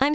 I'm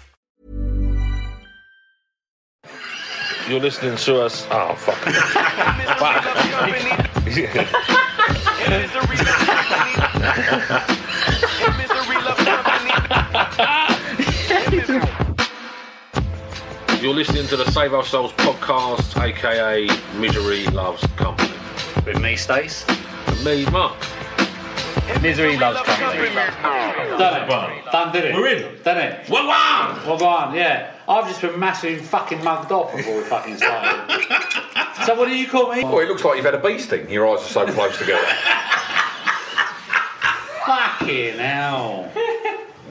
You're listening to us. Oh, fuck. You're listening to the Save Our Souls podcast, aka Misery Loves Company. With me, Stace. And me, Mark. Misery loves company. Done it, bro. Done did it. We're in. Done it. Well, wow. Well gone, yeah. I've just been massively fucking mugged off before we fucking started. so what do you call me? Well, it looks like you've had a bee sting. Your eyes are so close together. Fucking hell.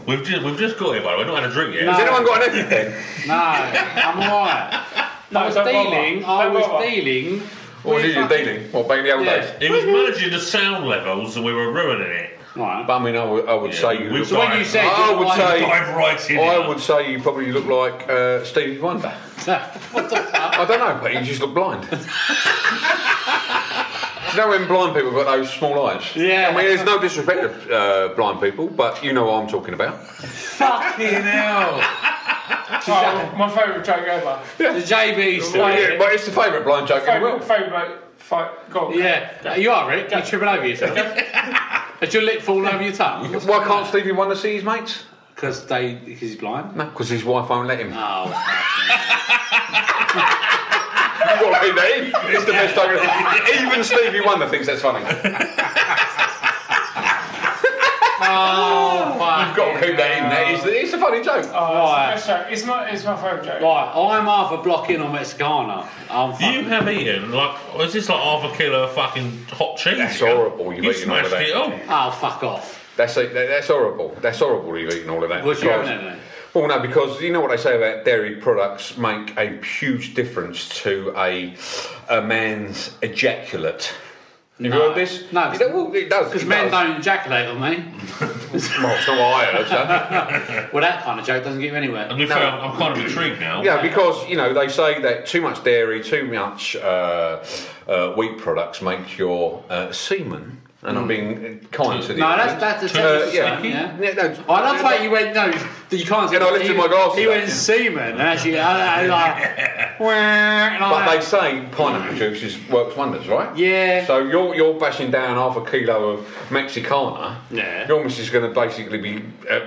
We've just we've just got here, by the way. We've not had a drink yet. Has anyone got anything? No, I'm alright. I was don't bother. dealing, I Don't was bother. dealing. What with did you fucking- dealing? What, back in the old Yeah. days? It was managing the sound levels, and we were ruining it. Right. But I mean, I would, I would say you we- look so when like- you said I you would like- say, Dive right in. I it. would say you probably look like uh, Stevie Wonder. what the fuck? I don't know, but you just look blind. Do you know when blind people got those small eyes? Yeah. I mean, there's no disrespect to uh, blind people, but you know what I'm talking about. fucking hell. Oh, my favourite joke ever. The JB's Well, today. yeah, but it's the favourite blind joke in the Favourite, world. favourite fight. Go on. Yeah, you are Rick. You're tripping over yourself. Has your lip fallen over your tongue? Why can't Stevie Wonder see his mates? Because they, because he's blind. No, because his wife won't let him. Oh, Well, I mean, it's the best joke. ever. Even Stevie Wonder thinks that's funny. oh, You've got to keep that in there. It's, it's a funny joke. Oh, Right. That's right. It's my, it's my favourite joke. Right, I'm half a block in on Mexicana. I'm fucking, You have eaten like was this like half a kilo of fucking hot cheese? That's yeah? horrible, you've You eaten all of smashed that. it all. Oh, fuck off. That's, a, that- that's horrible. That's horrible you've eaten all of that. What you Because- having then? Well, no, because you know what they say about dairy products make a huge difference to a a man's ejaculate. Have you No. heard this? No, It- well, it does. Because it men does. don't ejaculate on me. Well, it's not what I heard. so. well, that kind of joke doesn't get you anywhere. And you feel- I'm kind of intrigued now. yeah, because you know they say that too much dairy, too much uh, uh, wheat products make your uh, semen. And I'm being kind to the Hmm. No, that's audience. that's the Uh, same. yeah. yeah. Yeah, no, I love that you went no. that You can't. And I lifted he- my glass He up, went yeah. semen, and actually, I, I like. "Wah," and I- But they say pineapple juice is, works wonders, right? Yeah. So you're you're bashing down half a kilo of Mexicana. Yeah. Your missus is going to basically be uh,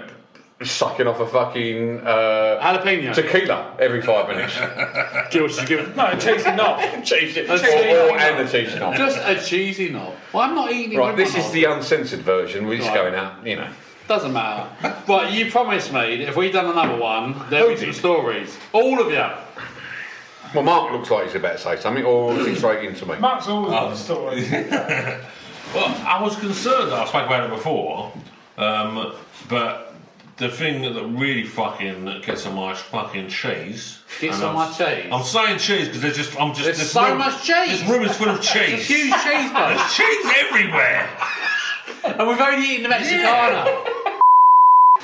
sucking off a fucking uh, jalapeno. tequila every five minutes. Jill, she's given- No, cheese is not. cheese it. Or, Cheese it. or and the cheese knob. Just a cheesy knob. Well, I'm not eating. it Right, with this my is knob. the uncensored version. We're just Right. going out, you know. Doesn't matter. Right, you promised me that if we done another one, there'd be some did? stories. All of you. Well, Mark looks like he's about to say something, or he's Hmm. straight into me. Mark's always got a story. Well, I was concerned. I spoke about it before, um, but the thing that really fucking gets on my fucking cheese. Gets and on I'm- my cheese? I'm saying cheese because there's just I'm just There's this so much cheese. This room is full of It's a cheese. huge cheese bun. There's cheese everywhere. and we've only eaten the Mexicana.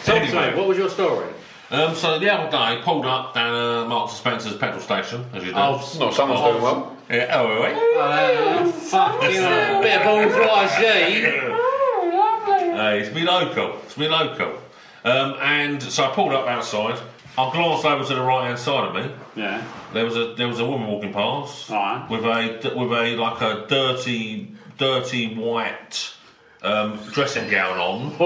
Talk to me, what was your story? Um, so the other day, pulled up down uh, Marks and Spencer's petrol station as you do. Oh, s- No, someone's doing well. yeah, oh, wait, wait. Uh, fucking a bit of all dry Uh, it's me local. It's me local. Um, and so I pulled up outside. I glanced over to the right hand side of me. Yeah. There was a there was a woman walking past Right. with a with a like a dirty dirty white um, dressing gown on,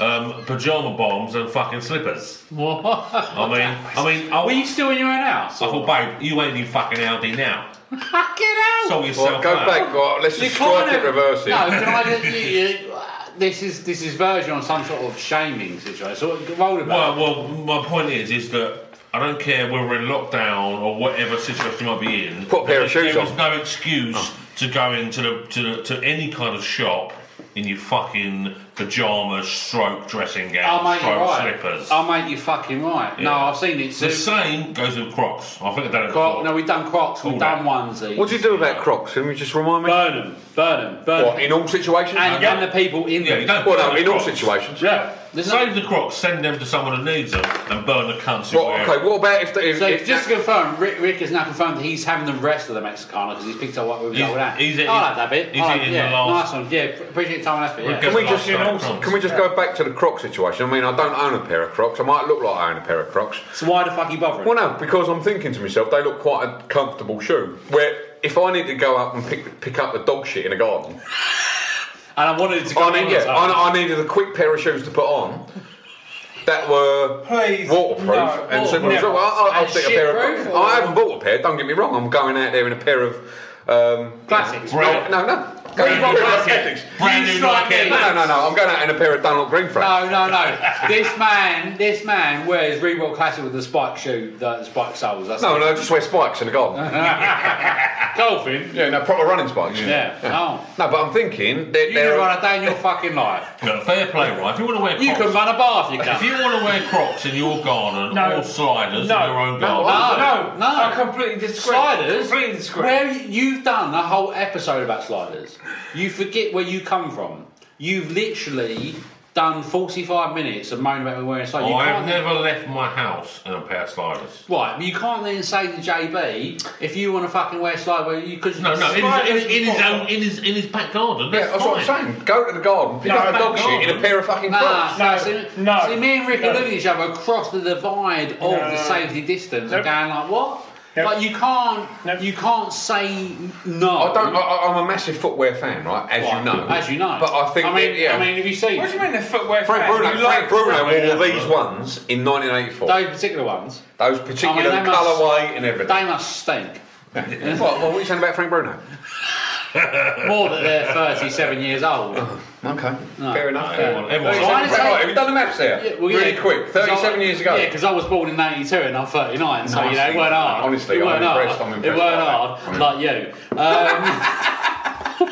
um, pajama bombs, and fucking slippers. I mean, I mean, I, Were you still in your own I house? thought, babe, you ain't in fucking Aldi now. Fucking hell! Sort yourself Well, go out. back. Well, let's You just strike can't it, have- reverse it. No, can I just, you, you, this is this is version on some sort of shaming situation. So roll about. Well, well, my point is, is that I don't care whether we're in lockdown or whatever situation you might be in. Put a pair of there- shoes There is on. no excuse to go into the, to the to any kind of shop in your fucking pajamas, stroke dressing I'll gown, make you stroke Oh, right. Um, slippers. I'll make you fucking right. No, Yeah. I've seen it the too. same goes with Crocs. I think I've done it Croc, before. no, we've done Crocs. We've Cool, done eh? onesies. What do you do about Crocs? Can you just remind me? Burn them. Burn them. Burn What, them. in all situations? And, yeah. and the people in Yeah, them. you don't well, no, burn in all Crocs. situations. Yeah. There's no- Save the Crocs, send them to someone who needs them, and burn the cunts who Well, wear okay, what about if... The, if, So if just to confirm, Rick, Rick has now confirmed that he's having the rest of the Mexicana because he's picked up what we were He's- going at. he's eating- I like that bit. he's I like, eating the yeah, last- Nice one. Yeah, pr- appreciate the time and effort. Because Yeah. Can we I've just, got Crocs. can we just go back to the Croc situation? I mean, I don't own a pair of Crocs. I might look like I own a pair of Crocs. So why the fuck are you bothering? Well, no, because I'm thinking to myself, they look quite a comfortable shoe. Where if I need to go up and pick pick up the dog shit in a garden, And I wanted to go. I on need yeah, as well. I, I needed a quick pair of shoes to put on that were Please, waterproof no, and simple. never. So I, I, I'll And take a pair shitproof of. or- I haven't bought a pair. Don't get me wrong. I'm going out there in a pair of. Um, Classics. Brand- No, no, no. Go Brand in a new pair classics. of classics. Brand You new strike Nike me. No, no, no, no. I'm going out in a pair of Dunlop Green No, Frame. no, no. this man, this man wears Reebok Classic with the spike shoe, the spike soles. That's No, it. no, I just wear spikes in the garden. Golfing. yeah, no, proper running spikes. Yeah. Oh. No, but I'm thinking that You they're. can run a day in your fucking life. Look, fair play, right? If you want to wear Crocs, You can run a bar if you if can. you want to wear Crocs in your garden No. or sliders No. in your own No, garden, No, No, no. I completely disagree. Sliders. Completely disagree. Where you- you've done a whole episode about sliders. You forget where you come from. You've literally done 45 minutes of moaning about wearing sliders. You I have can't- never left my house in a pair of sliders. Right, but you can't then say to JB if you want to fucking wear sliders because No, no, in his, in, in his own, in his, in his back garden. Yeah, That's that's what fine. I'm saying. Go to the garden, pick No, up a back dog shit garden. in a pair of fucking Nah, Crocs. No, see, no, see, me and Rick no. are looking at each other across the divide of the no, safety distance Nope. and going like, what? Nope. Like you can't, Nope. you can't say no. I don't. I- I, I'm a massive footwear fan, right? As Like, you know. as you know. But I think. I mean, that, yeah. I mean, have you seen What do you mean the footwear? Frank fan? Bruno, You Frank like- Bruno Bruno, wore yeah. these ones in 1984. those particular ones? Those particular I mean, they must- colourway and everything. They must stink. what, well, what are you saying about Frank Bruno? More that they're 37 years old. Okay, fair enough. Everyone, everyone, So I Right, just right, say- have you done the maths there? Yeah, well, yeah, really quick, 37 'cause I- years ago. Yeah, because I was born in '92 and I'm 39, so you know it Honestly, weren't hard. honestly, it I'm weren't impressed, Hard. I'm impressed It weren't by that. hard, like you. Um,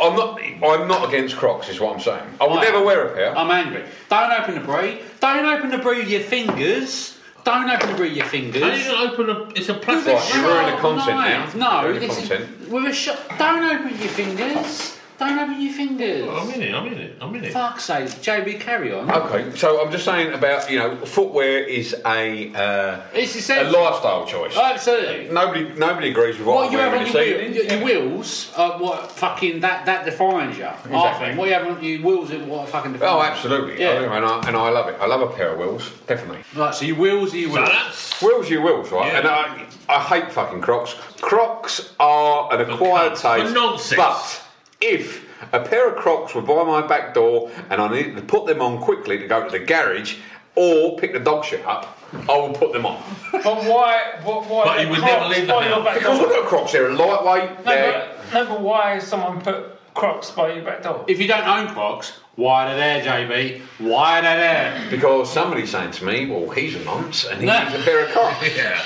I'm not. I'm not against Crocs, is what I'm saying. I would Right. Um, never wear a pair. I'm angry. Don't open the breed. Don't open the breed with your fingers. Don't open the breed with your fingers. How do you not open a? It's a With a plastic. Right, you're ruining the sharp content knife. now. You're No, ruining the this is- content. with a sharp. Don't open your fingers. Don't open your fingers. I'm in it. I'm in it. I'm in it. Fuck's sake, JB, carry on. Okay, so I'm just saying about you know footwear is a uh, It's a essential. lifestyle choice. Absolutely. Nobody nobody agrees with what, What I'm you have wearing on this your, evening. wheel, your, your wheels, uh, what fucking that that defines you. I think. What you have on your wheels, is what fucking defines. Oh, you. absolutely. I do, Yeah. and, I, and I love it. I love a pair of wheels, definitely. Right. So your wheels are your So wheels. that's Wheels, you wheels, right? Yeah. And I, I hate fucking Crocs. Crocs are an acquired cunts, for taste. nonsense. But if a pair of Crocs were by my back door and I needed to put them on quickly to go to the garage or pick the dog shit up, I will put them on. But why? What, why? But the you would Crocs never leave the by your house. back Because door? look at Crocs, they're lightweight. No, they're- but, no, but why has someone put Crocs by your back door? If you don't own Crocs, why are they there, JB? Why are they there? Because somebody's saying to me, well, he's a nonce and he needs a pair of Crocs. yeah.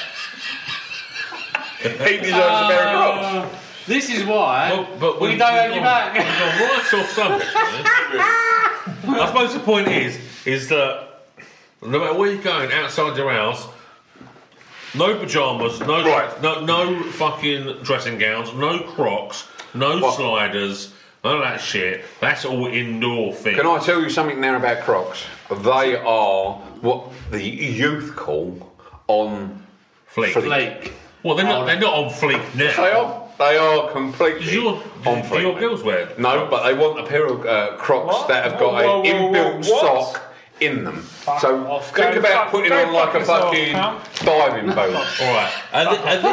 He deserves a pair of Crocs. Uh, This is why But, but we we've- don't we've have you gone- back. We've gone right off subject. yeah. I suppose the point is, is that no matter where you're going outside your house, no pajamas, no Right. no, no fucking dressing gowns, no Crocs, no What? sliders, none of that shit. That's all indoor thing. Can I tell you something now about Crocs? They are what the youth call on. Fleek. Blake. Well, they're Oh, not. They're not on fleek now. They are. They are Does completely your, on do fleek. your girls wear? No, but they want a pair of uh, Crocs What? that have Whoa, got whoa, an whoa, inbuilt whoa, what? sock in them. Fuck so off. think Go about fuck- putting go on like fuck a yourself, fucking cunt. diving boat. All right. Are, the, are, the,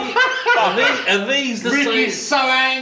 are, the, are these the Ricky's same? so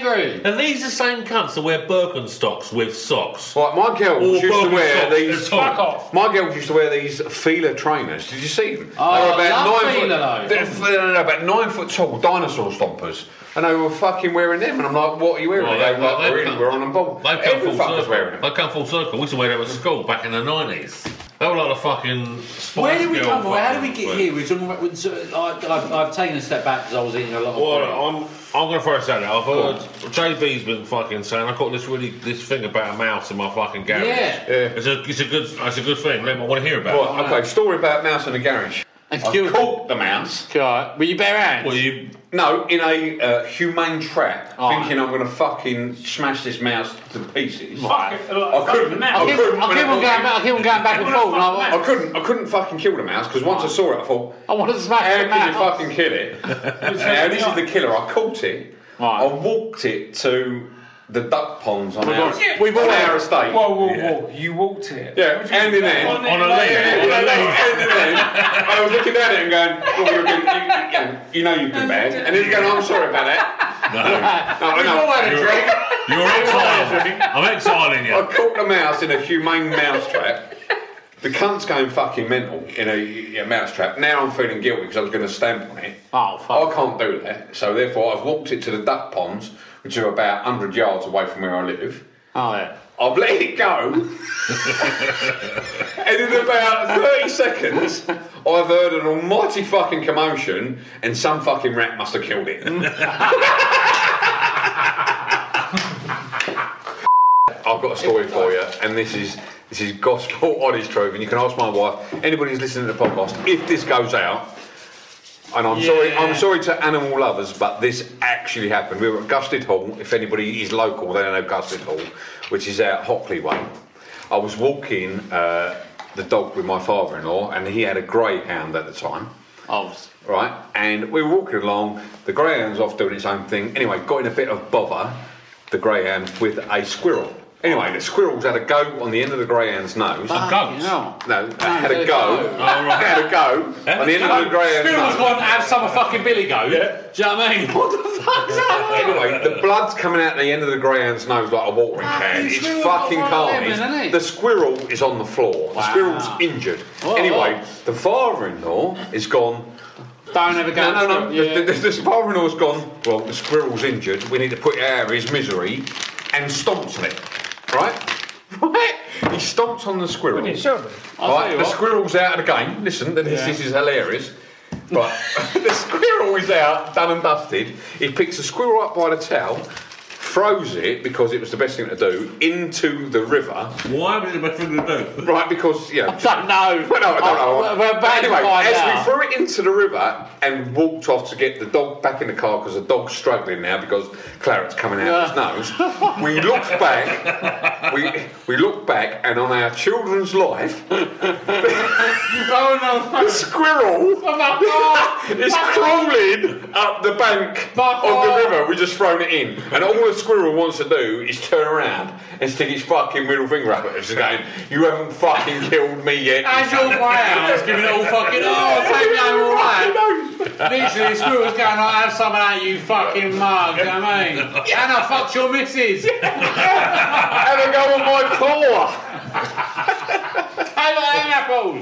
angry. Are these the same cunts that wear Birkenstocks with socks? Like my girls Or used to wear Birkenstocks these. at all? Fuck off. My girls used to wear these feeler trainers. Did you see them? Oh, I love feeler foot, though. they're f- no, no, no, about nine foot tall dinosaur stompers, and they were fucking wearing them. And I'm like, what are you wearing? Well, they were they- like, they've we're, come- in, we're on a ball. They've come Every full fucker's circle. wearing them. They've come full circle. We used to wear them at school back in the nineties. They were like the fucking. Spice Where did we Girl come from? How did we fucking- get here? We're talking about. we're sort of- I, I've, I've taken a step back because I was eating a lot of. Well, bread. I'm I'm gonna throw this out there. I've heard JB's been fucking saying I got this really this thing about a mouse in my fucking garage. Yeah. Yeah. It's a it's a good it's a good thing. Let me- I want to hear about. it. Right, okay, story about mouse in the garage. And I killed it. caught the mouse. God, were you bare hands? Well, you No, in a uh, humane trap, Oh. thinking I'm going to fucking smash this mouse to pieces. Fuck it, like I fucking couldn't. mouse. I I I keep, couldn't. I when keep on I going got back. I keep on going back and forth. And I, I couldn't. I couldn't fucking kill the mouse because once I saw it, I thought, I want to smash "How the can you mouse. fucking kill it?" now this is the killer. I caught it. Right. I walked it to the duck ponds on We've our, all- we've all- on our estate. Whoa, whoa, whoa! You walked it. Yeah, hand in hand. On on a Yeah, yeah, leg. yeah, yeah, and then I was looking at it and going, well, you're good, you, you, you know you've been bad. And it's going, "Oh, I'm sorry about that. No, no, no. You're, you're exiled. I'm exiling I you. caught a mouse in a humane mouse trap. The cunt's going fucking mental in a, a mouse trap. Now I'm feeling guilty because I was going to stamp on it. Oh, fuck. I can't do that. So therefore, I've walked it to the duck ponds, which are about 100 yards away from where I live. Oh, yeah. I've let it go, and in about 30 seconds, I've heard an almighty fucking commotion, and some fucking rat must have killed it. I've got a story for you, and this is this is gospel honest truth, and you can ask my wife, anybody who's listening to the podcast, if this goes out. And I'm sorry, I'm sorry to animal lovers, but this actually happened. We were at Gusted Hall. If anybody is local, they know Gusted Hall, which is out Hockley Way. I was walking uh, the dog with my father-in-law, and he had a greyhound at the time Oh, s- right? And we were walking along, the greyhound's off doing its own thing. Anyway, got in a bit of bother, the greyhound, with a squirrel. Anyway, the squirrel's had a go on the end of the greyhound's nose. fucking goats. hell. No, had a had a go. go. Had a go on the end of the greyhound's Squirrels nose. want to have some fucking Billy goat. Do you know what I mean? What the fuck's that? Anyway, the blood's coming out the end of the greyhound's nose like a watering can. the It's squirrel's fucking got one of them, carnage. hasn't he? the squirrel is on the floor. The Wow. squirrel's injured. Whoa. Anyway, the father-in-law is gone. Don't ever go. No, no, no. Yeah. The, the, the father-in-law's gone. Well, the squirrel's injured. We need to put it out of his misery, and stomps on it. Right, right. He stomps on the squirrel. Wouldn't it, surely? I'll tell Right, you the what. squirrel's out of the game. Listen, this, this is hilarious. Right, the squirrel is out, done and dusted. He picks the squirrel up by the tail, throws it because it was the best thing to do into the river. Why was it my thing to do? Right, because you know. I don't know. Well, no, I don't know. I- We're about anyway, to find as out. we threw it into the river and walked off to get the dog back in the car because the dog's struggling now because claret's coming out of his nose, we looked back. We we looked back, and on our children's life, Oh, no. the squirrel Oh, my God. is crawling up the bank My of the God. river. We just thrown it in, and all the squirrel wants to do is turn around and stick his fucking middle finger up at us, going, "You haven't fucking killed me yet." you As your grounds, giving it all fucking, oh, take me over all right. Literally, the squirrel's going, I have some out, you fucking mug, do you know what I mean? And I fucked your missus. Have a go on my claw. How about them apples?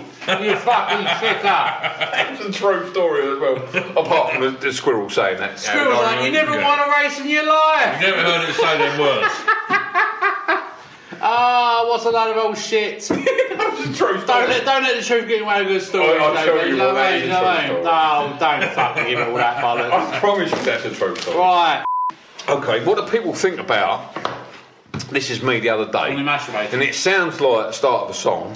You fucking shitter. That's a true story as well. Apart from the, the squirrel saying that. Squirrel's like, you never won a race in your life. Never heard it say them words. Ah, what's a load of old shit. That's a true Don't let, story. don't let the truth get away with good stories. I'll though, tell mate, you know what, that I mean? is a You know what I true mean? No, don't fucking give it all that bollocks. I promise you that's a true story. Right. Okay, what do people think about? This is me the other day. Only masturbating. And it sounds like the start of a song.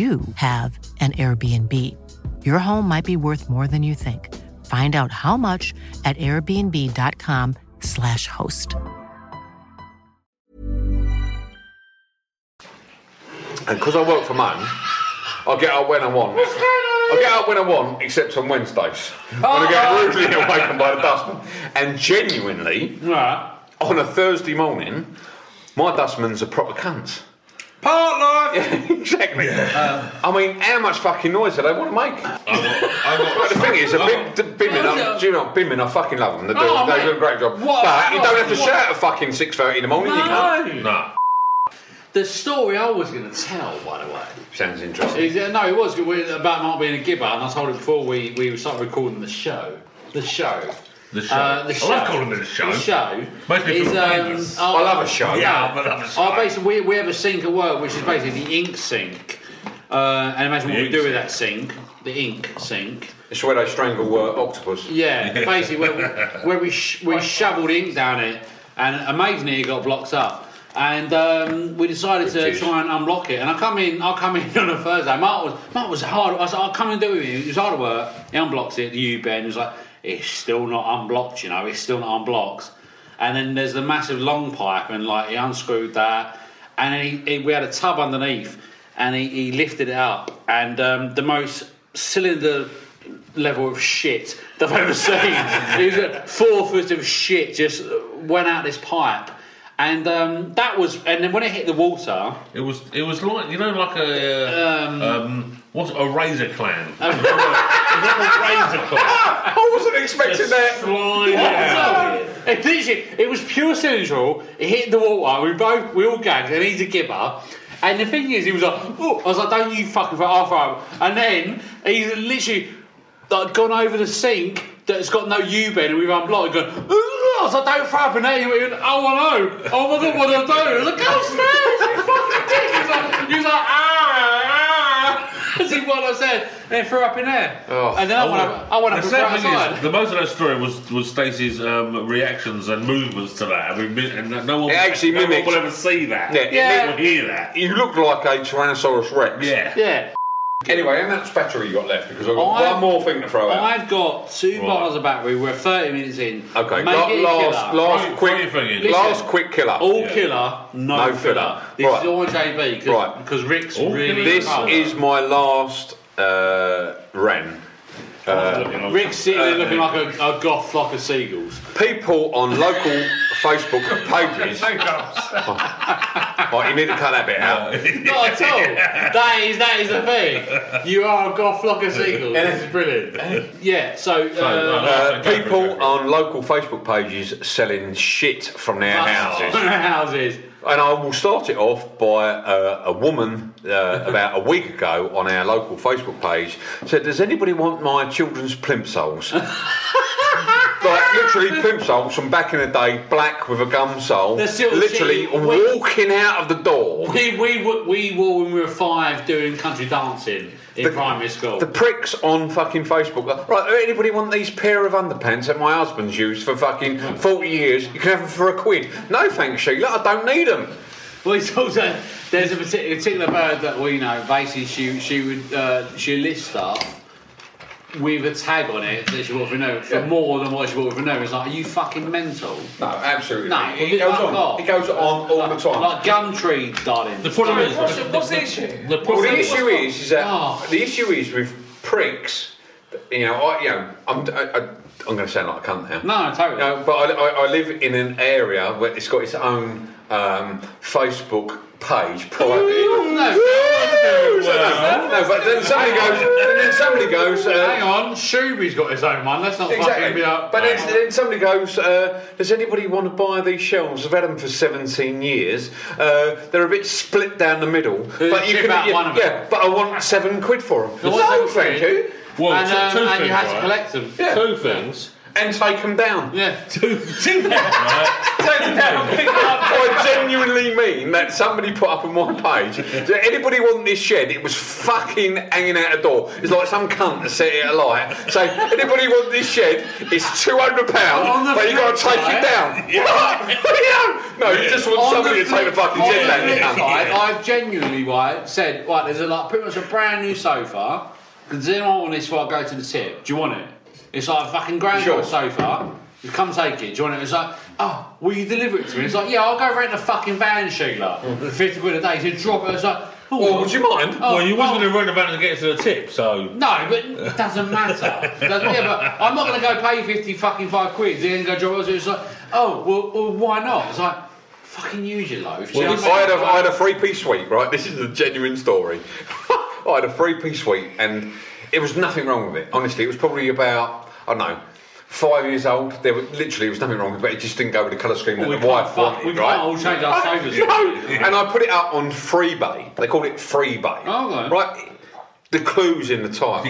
you have an Airbnb. Your home might be worth more than you think. Find out how much at airbnb.com/slash host. And because I work from home, I get up when I want. I get up when I want, except on Wednesdays. When I get rudely awakened by the dustman. And genuinely, on a Thursday morning, my dustman's a proper cunt. Part life! exactly. Um, I mean, how much fucking noise do they want to make? But the thing is, the bim, the bimming, I'm, do you know, bimming, I fucking love them. They do, Oh, they mate. do a great job. What a but you don't have to fucking- shout at fucking 6.30 in the morning, you can't. No. The story I was going to tell, by the way. Sounds interesting. Is, uh, no, it was good, we- about Mark being a gibber, and I told it before we, we started recording the show. The show. The show. Uh, the I show. love calling it a show. The show. Most people is, blame us. oh, I love a show. no. Yeah, I love a show. Oh, basically, we, we have a sink at work, which is basically the ink sink. Uh, and imagine The what we ink do with that sink. The ink sink. It's where they strangle uh, octopus. Yeah, basically where we, where we, sh- we shoveled ink down it, and amazingly it got blocked up. And um, we decided to try and unblock it. And I come in, I come in on a Thursday. Mark was Mark was hard. I said, I'll come and do it. with you." It was hard work. He unblocks it. The U bend He was like, it's still not unblocked. You know, it's still not unblocked. And then there's the massive long pipe, and like he unscrewed that, and then he, he, we had a tub underneath, and he, he lifted it up, and um, the most cylinder level of shit that I've ever seen. it was a four foot of shit just went out this pipe, and um, that was. And then when it hit the water, It was it was like you know like a uh, um, what's a razor clan. I wasn't expecting that. It, literally- it was pure cylindrical. It hit the water. We both we all gagged, and he's a gibber. And the thing is, he was like, "Oh," I was like, "Don't you fucking for half hour." And then he's literally like gone over the sink that's got no U bend, and we've unblocked. And gone, "Oh," I was like, "Don't throw up." And then he went, "Oh, I know. Oh my god, what do I do?" I was like, "Go upstairs, you fucking dick." He was like, he was like "Ah." ah." As he what I said, and then threw up in there. and then I, went up, I went Oh, The up and threw sad thing outside. is, the most of that story was was Stacey's um, reactions and movements to that. I mean, and no one, It actually no one mimics- will ever see that. Yeah, no one It, will hear that. You look like a Tyrannosaurus Rex. Yeah. Yeah. Anyway, how much battery you got left? Because I've got I- one more thing to throw out. I've got two bottles of battery. We're 30 minutes in. Okay, Make la- it a last, killer. last quick, Listen, last quick killer. All killer, no, filler. This Right. is all JB because Right. Rick's really. This cold. is my last uh, Ren. Uh, Rick's sitting there uh, looking like a, a goth flock of seagulls. people on local Facebook pages. Right, you need to cut that bit out. Not at all. That is that is the thing. You are a goth flock of seagulls. This is brilliant. Yeah. So. Uh, Uh, people on local Facebook pages selling shit from their houses. From their houses. And I will start it off by uh, a woman uh, about a week ago on our local Facebook page said, "Does anybody want my children's plimsolls?" like literally pimp souls from back in the day, black with a gum sole. They're still literally cheap. walking out of the door. We, we, were, we were when we were five doing country dancing in primary school. The pricks on fucking Facebook. like, Right, anybody want these pair of underpants that my husband's used for fucking 40 years? You can have them for a quid. No thanks, Sheila, I don't need them. Well, it's also there's a particular, particular bird that we know. Basically, she she would uh, she lists stuff with a tag on it that she bought for no for more than what she bought for no. It's like, are you fucking mental? No, absolutely. No, It- it goes on. It goes on all the time. Like gum tree, darling. The problem Like, is- what's- the- what's the- the issue? the Well, problem the issue is, is that the issue is with pricks. You know, I, you know, I'm, I, I, I'm going to sound like a cunt now. No, totally. No, but I, I, I live in an area where it's got its own um, Facebook page, private. Woo! So no, no, but then somebody goes, and then somebody goes. Uh, Hang on, Shuby's got his own one. Let's not fucking Exactly. be up. But then, then somebody goes, uh, "Does anybody want to buy these shelves? I've had them for 17 years. Uh, they're a bit split down the middle, but you chip can, out yeah, one of yeah, but I want seven quid for them. I want No, seven thank quid. you. uh, Well, And, two- um, two and you things, had to right? collect them. Two things. And take them down. Yeah. Two, two things, right? take them down, pick them up. I genuinely mean that somebody put up on my page, does anybody want this shed? It was fucking hanging out a door. It's like some cunt that set it alight. So, anybody want this shed? It's £200, On the but you got to flip take it side- down. What? no, you just want On somebody the to take the flip- fucking on shed the down. flip you cunt. side, I've genuinely right, said, right, there's a like pretty much a brand new sofa. Does anyone want this before I go to the tip? Do you want it? It's like a fucking grand Sure. old sofa. You come take it. Do you want it? It's like, oh, will you deliver it to me? It's like, yeah, I'll go rent a fucking van, Sheila. for 50 quid a day. So drop it. It's like, oh, would you mind? Oh, well, you wasn't going to run about and get to the tip, so. No, but it doesn't matter. It doesn't- yeah, but I'm not going to go pay 50 fucking five quid. Then go drop it. It's like, oh, well, well why not? It's like, fucking use your loaf. Do you Well, know what I, mean? had a, I had a three-piece suite, right? This is a genuine story. I had a three-piece suite, and it was nothing wrong with it. Honestly, it was probably about I don't know. Five years old, there was literally there was nothing wrong with it, but it just didn't go with the colour scheme Well, that we the wife can't fuck- wanted, we can't right? all change our I- favours. No, and I put it up on Freebay. They called it Freebay, oh, right? The clues in the title,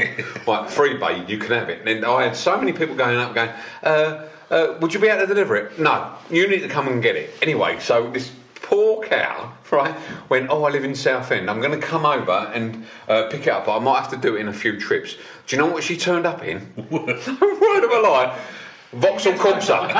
right? Freebay, you can have it. And then I had so many people going up, going, uh, uh, "Would you be able to deliver it?" No, you need to come and get it anyway. So this poor cow, right, went, Oh, I live in Southend. I'm going to come over and uh, pick it up, but I might have to do it in a few trips. Do you know what she turned up in? Word of a lie. Vauxhall Corsa.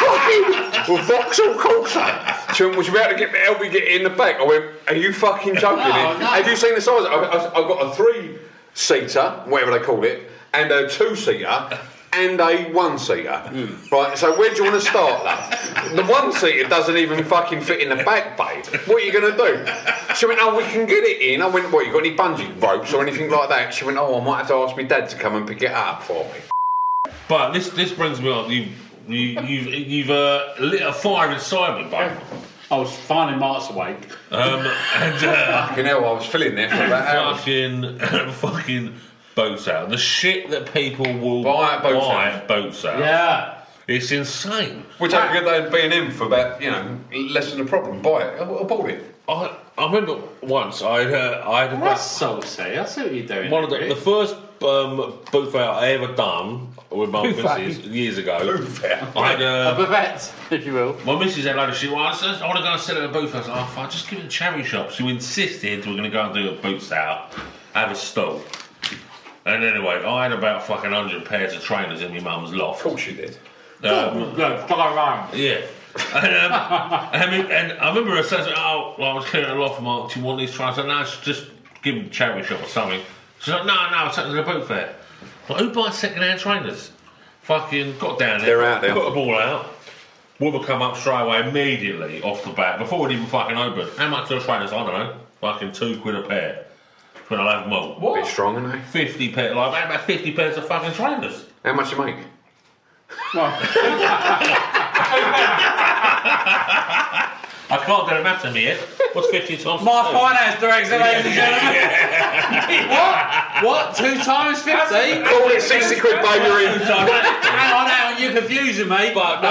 fucking Vauxhall Corsa. She went, was you about to get, help me get it in the back? I went, are you fucking joking? No, no. Have you seen the size? I've, I've- I've got a three-seater, whatever they call it, and a two-seater, and a one-seater. Right, so where do you want to start, love? The one-seater doesn't even fucking fit in the back, babe. What are you going to do? She went, oh, we can get it in. I went, what, you got any bungee ropes or anything like that? She went, oh, I might have to ask my dad to come and pick it up for me. But this this brings me on. You've, you, you've, you've uh, lit a fire inside me, bud. I was finally Mark's awake. Um, and, uh, fucking hell, I was filling there for about hours. Fucking, fucking boat sale. The shit that people will Buy at boat buy sale. at boat sale. Yeah. It's insane. Which I could get they B&M for about, you know, less than a problem. Buy it. I, I bought it. I, I remember once I had, uh, I had That's so sad. I see what you're doing. one of the, Rick. the first um, boot fair I ever done with my Buffet. missus years ago. I had uh, a buffet, if you will. My missus had a load of shit. Well, I, said, I want to go and sell it at a boot sale. I was like, oh, fuck, just give it to charity shop. She insisted we are going to go and do a boot sale, have a stall. And anyway, I had about fucking 100 pairs of trainers in my mum's loft. Of course you did. Um, no, fuck around. yeah. And, um, I mean, and I remember her saying, oh, well, I was clearing the loft, Mark, do you want these trainers? I said, no, it's just give them to charity shop or something. She's like, no, no, I'll take them to the boot fair. Like, who buys second-hand trainers? Fucking got down there. They're out there. Put them all out. Woman come up straight away immediately off the bat before it even fucking opened. How much are the trainers? I don't know. Fucking two quid a pair. When I have them all. What? Bit strong, aren't they? Fifty pair, like I had about fifty pairs of fucking trainers. How much you make? I can't get a math to me yet. What's fifty times? My two? finance director, ladies and gentlemen. what? What? Two times fifty? Call it 60 quid, baby, you're in. hang on, hang on, you're confusing me. But, no,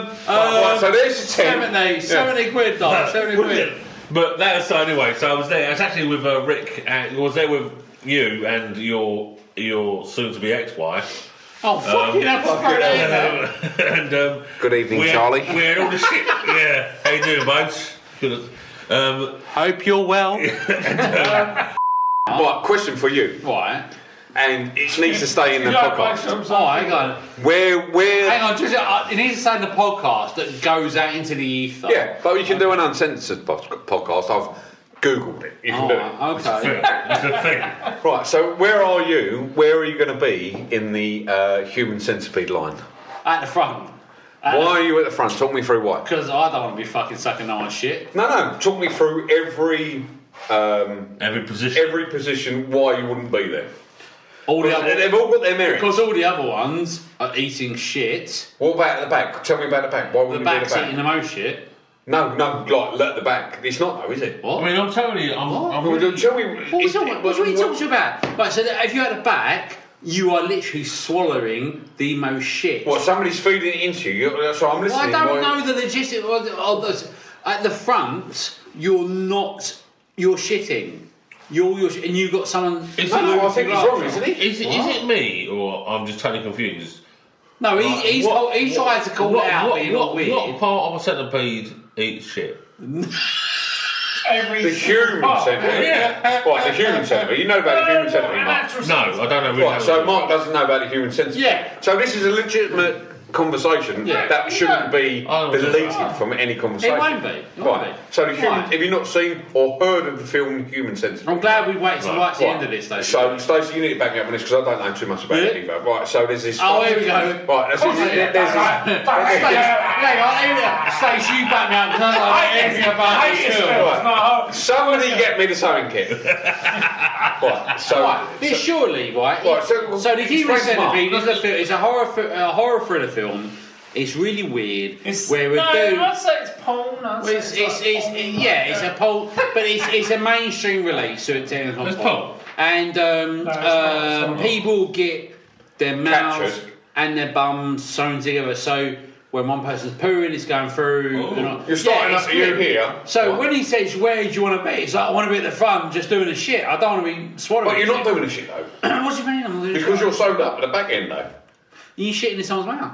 um, but- right, um, so there's your 10. 70, Yeah. 70 quid, dog, 70 quid. But that so anyway, so I was there. I was actually with uh, Rick. And I was there with you and your your soon to be ex wife. Oh, Um, fucking hell, that's great. and, um, Good evening, we had- Charlie. we had all the shit. Yeah. How you doing, mates? Good. Um, Hope you're well. Right, question for you. Why? And it needs to stay in the Yeah, podcast. I'm sorry, hang on. Where, where? Hang on, just, uh, it needs to say in the podcast that goes out into the ether. Yeah, but you can do an uncensored pod- podcast. I've googled it. You Oh, can do uh-huh. it. Okay. It's a thing. Right. So where are you? Where are you going to be in the uh, human centipede line? At the front. Uh, why are you at the front? Talk me through why. Because I don't want to be fucking sucking no one's shit. No, no. Talk me through every um, every position. Every position. Why you wouldn't be there? All the 'Cause other- they've all got their merits. Because all the other ones are eating shit. What about the back? Tell me about the back. Why would The you be at back's the back? eating the most shit. No, no, like let the back. It's not though, is it? I mean, I'm telling you, I'm. I'm Well, really- shall we? What are we talking, what are we talking about? Right, so that if you're at the back, you are literally swallowing the most shit. What somebody's feeding it into you? You're- So I'm Well, I listening. don't why- know the logistics of, of this. At the front, you're not. You're shitting. You're, you're sh- and you've got someone. Is No, it- no, Is it, is it me or I'm just totally confused? No, he, Like, he's, what- he tried to call what- it out, What, but you're what, not weird. what part of a centipede eats shit? Every The human Oh, centipede. Yeah. Right, the human centipede. You know about the human centipede, Mark? No, I don't know. Really Right, so Mark doesn't know about the human centipede. Yeah. So this is a legitimate conversation Yeah. Oh, that shouldn't be I don't know. deleted from any conversation. It won't be. It won't Right. be. So the human, Why? have you not seen or heard of the film Human Centipede? I'm glad we waited right. right to the Right. end of this, though. So, Stacey, you need to back me up on this because I don't know too much about Yeah. it either. Right, so there's this. Oh, here we go. Right, there's this. Right. There's this Stace, hang on, here we are. Stace, you back me up because I don't know anything about this film. Right. Somebody get me the sewing kit. right, so. Right, this surely, right? Right, so- so the human Explain to centipede Mark. is a, fil- it's a horror, fi- a horror thriller film. It's really weird. where a no, dude, I'd say it's porn. I'd well, say it's, like it's, it's, porn, like yeah, it's a that. poll, but it's, it's a mainstream release, so it's technically not It's porn. porn. And No, it's um, not, uh, it's not. people get their mouths Captured. and their bums sewn together. So when one person's pooing, it's going through. you know. You're starting Yeah, up it's at you weird. here. So when he says, "Where do you want to be?" It's like, "I want to be at the front, just doing the shit. I don't want to be swallowing." But you're shit." not doing the shit though. what do you mean? I'm doing Because shit? you're sewed up at the back end though. You shitting in someone's mouth.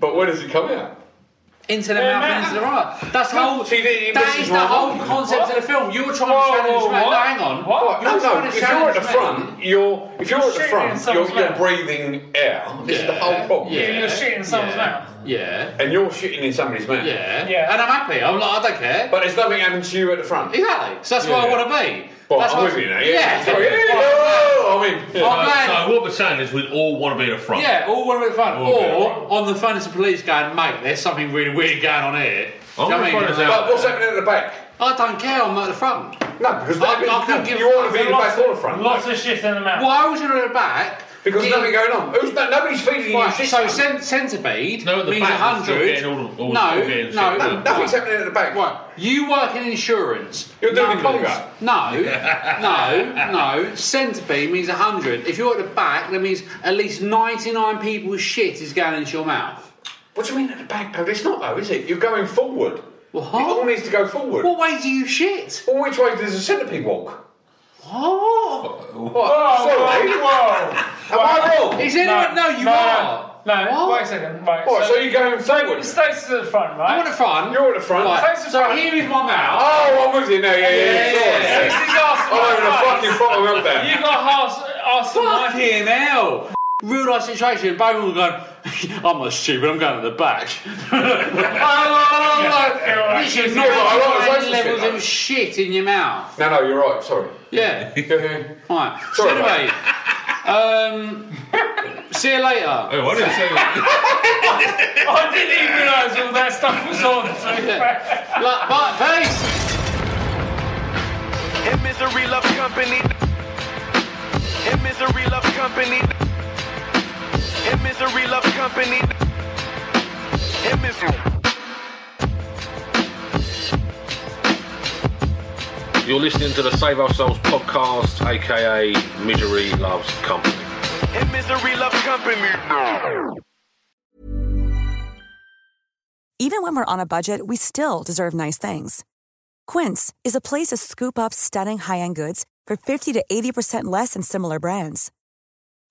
But where does it come out? Into their Yeah, mouth and man. into their eye. That's the whole. See, this- that this is is the what- whole concept of the film. You were trying to challenge me. No, hang on. Right, You no, were trying no. If to you're at challenge the me. front, you're if you're at the Shooting front, you're, someone's you're mouth. breathing air. This is the whole problem. Yeah, you're shitting in someone's Yeah. Yeah. And you're shitting in somebody's mouth. Yeah. Yeah. And I'm happy. I'm like, I don't care. But there's nothing happening to you at the front. exactly. So that's where I Yeah. want to be. Well, that's I'm what- with you now. Yeah. Yeah. Sorry, yeah, yeah, Right. oh, I mean, yeah. Oh, So, man. so what we're saying is we all want to be at the front. Yeah, all one way at the front. All or one way at the front. on the phone to the police going, mate, there's something really weird going on here. Do you I'm know what I gonna mean? find But what's happening at the back? I don't care, I'm at the front. No, because I- that- I couldn't give you a want fuck. to be in the Lots back or of- the front. Lots though. of shit in the mouth. Why was you at the back? because Getting- nothing going on. Who's no, nobody's feeding you Right, shit. so though. cen- centipede No, at the means back, you're still hundred. getting all the- all the- No, all getting no, shit. No, nothing's right. happening at the back. Right, you work in insurance. You're doing the Numbers. conga. No, no, no. Centipede means hundred. If you're at the back, that means at least ninety-nine people's shit is going into your mouth. What do you mean at the back though? It's not though, is it? You're going forward. What? It all needs to go forward. What way do you shit? Well, which way does a centipede walk? Oh, What? Whoa, Sorry. whoa, whoa. Am I wrong? is anyone? No, you are. No, no, What? wait a second. Right, All right, so you're going forward. Stace is at the front, right? I'm at the front. You're at the front. Right, Stace is So front. here is my mouth. Oh, I'm with you now. Yeah, yeah, Yeah, yeah, yeah. yeah. Sorry. Stace is asked I'm having a right. fucking problem out there. You got half, half Fuck Fucking hell! Real life situation. Both of them going, I'm not stupid, I'm going to the back. this is Yeah, but I like 99 the social levels shit, of shit in your mouth. No, no, you're right. Sorry. Yeah. Right. So Sorry, anyway, um, see you later. Hey, what did you say? I didn't even realise all that stuff was on. So Like, bye, peace. In misery loves company. In misery loves company. In misery loves company. In misery. You're listening to the Save Ourselves podcast, aka Misery Loves Company. In misery loves company. Even when we're on a budget, we still deserve nice things. Quince is a place to scoop up stunning high end goods for 50 to 80% less than similar brands.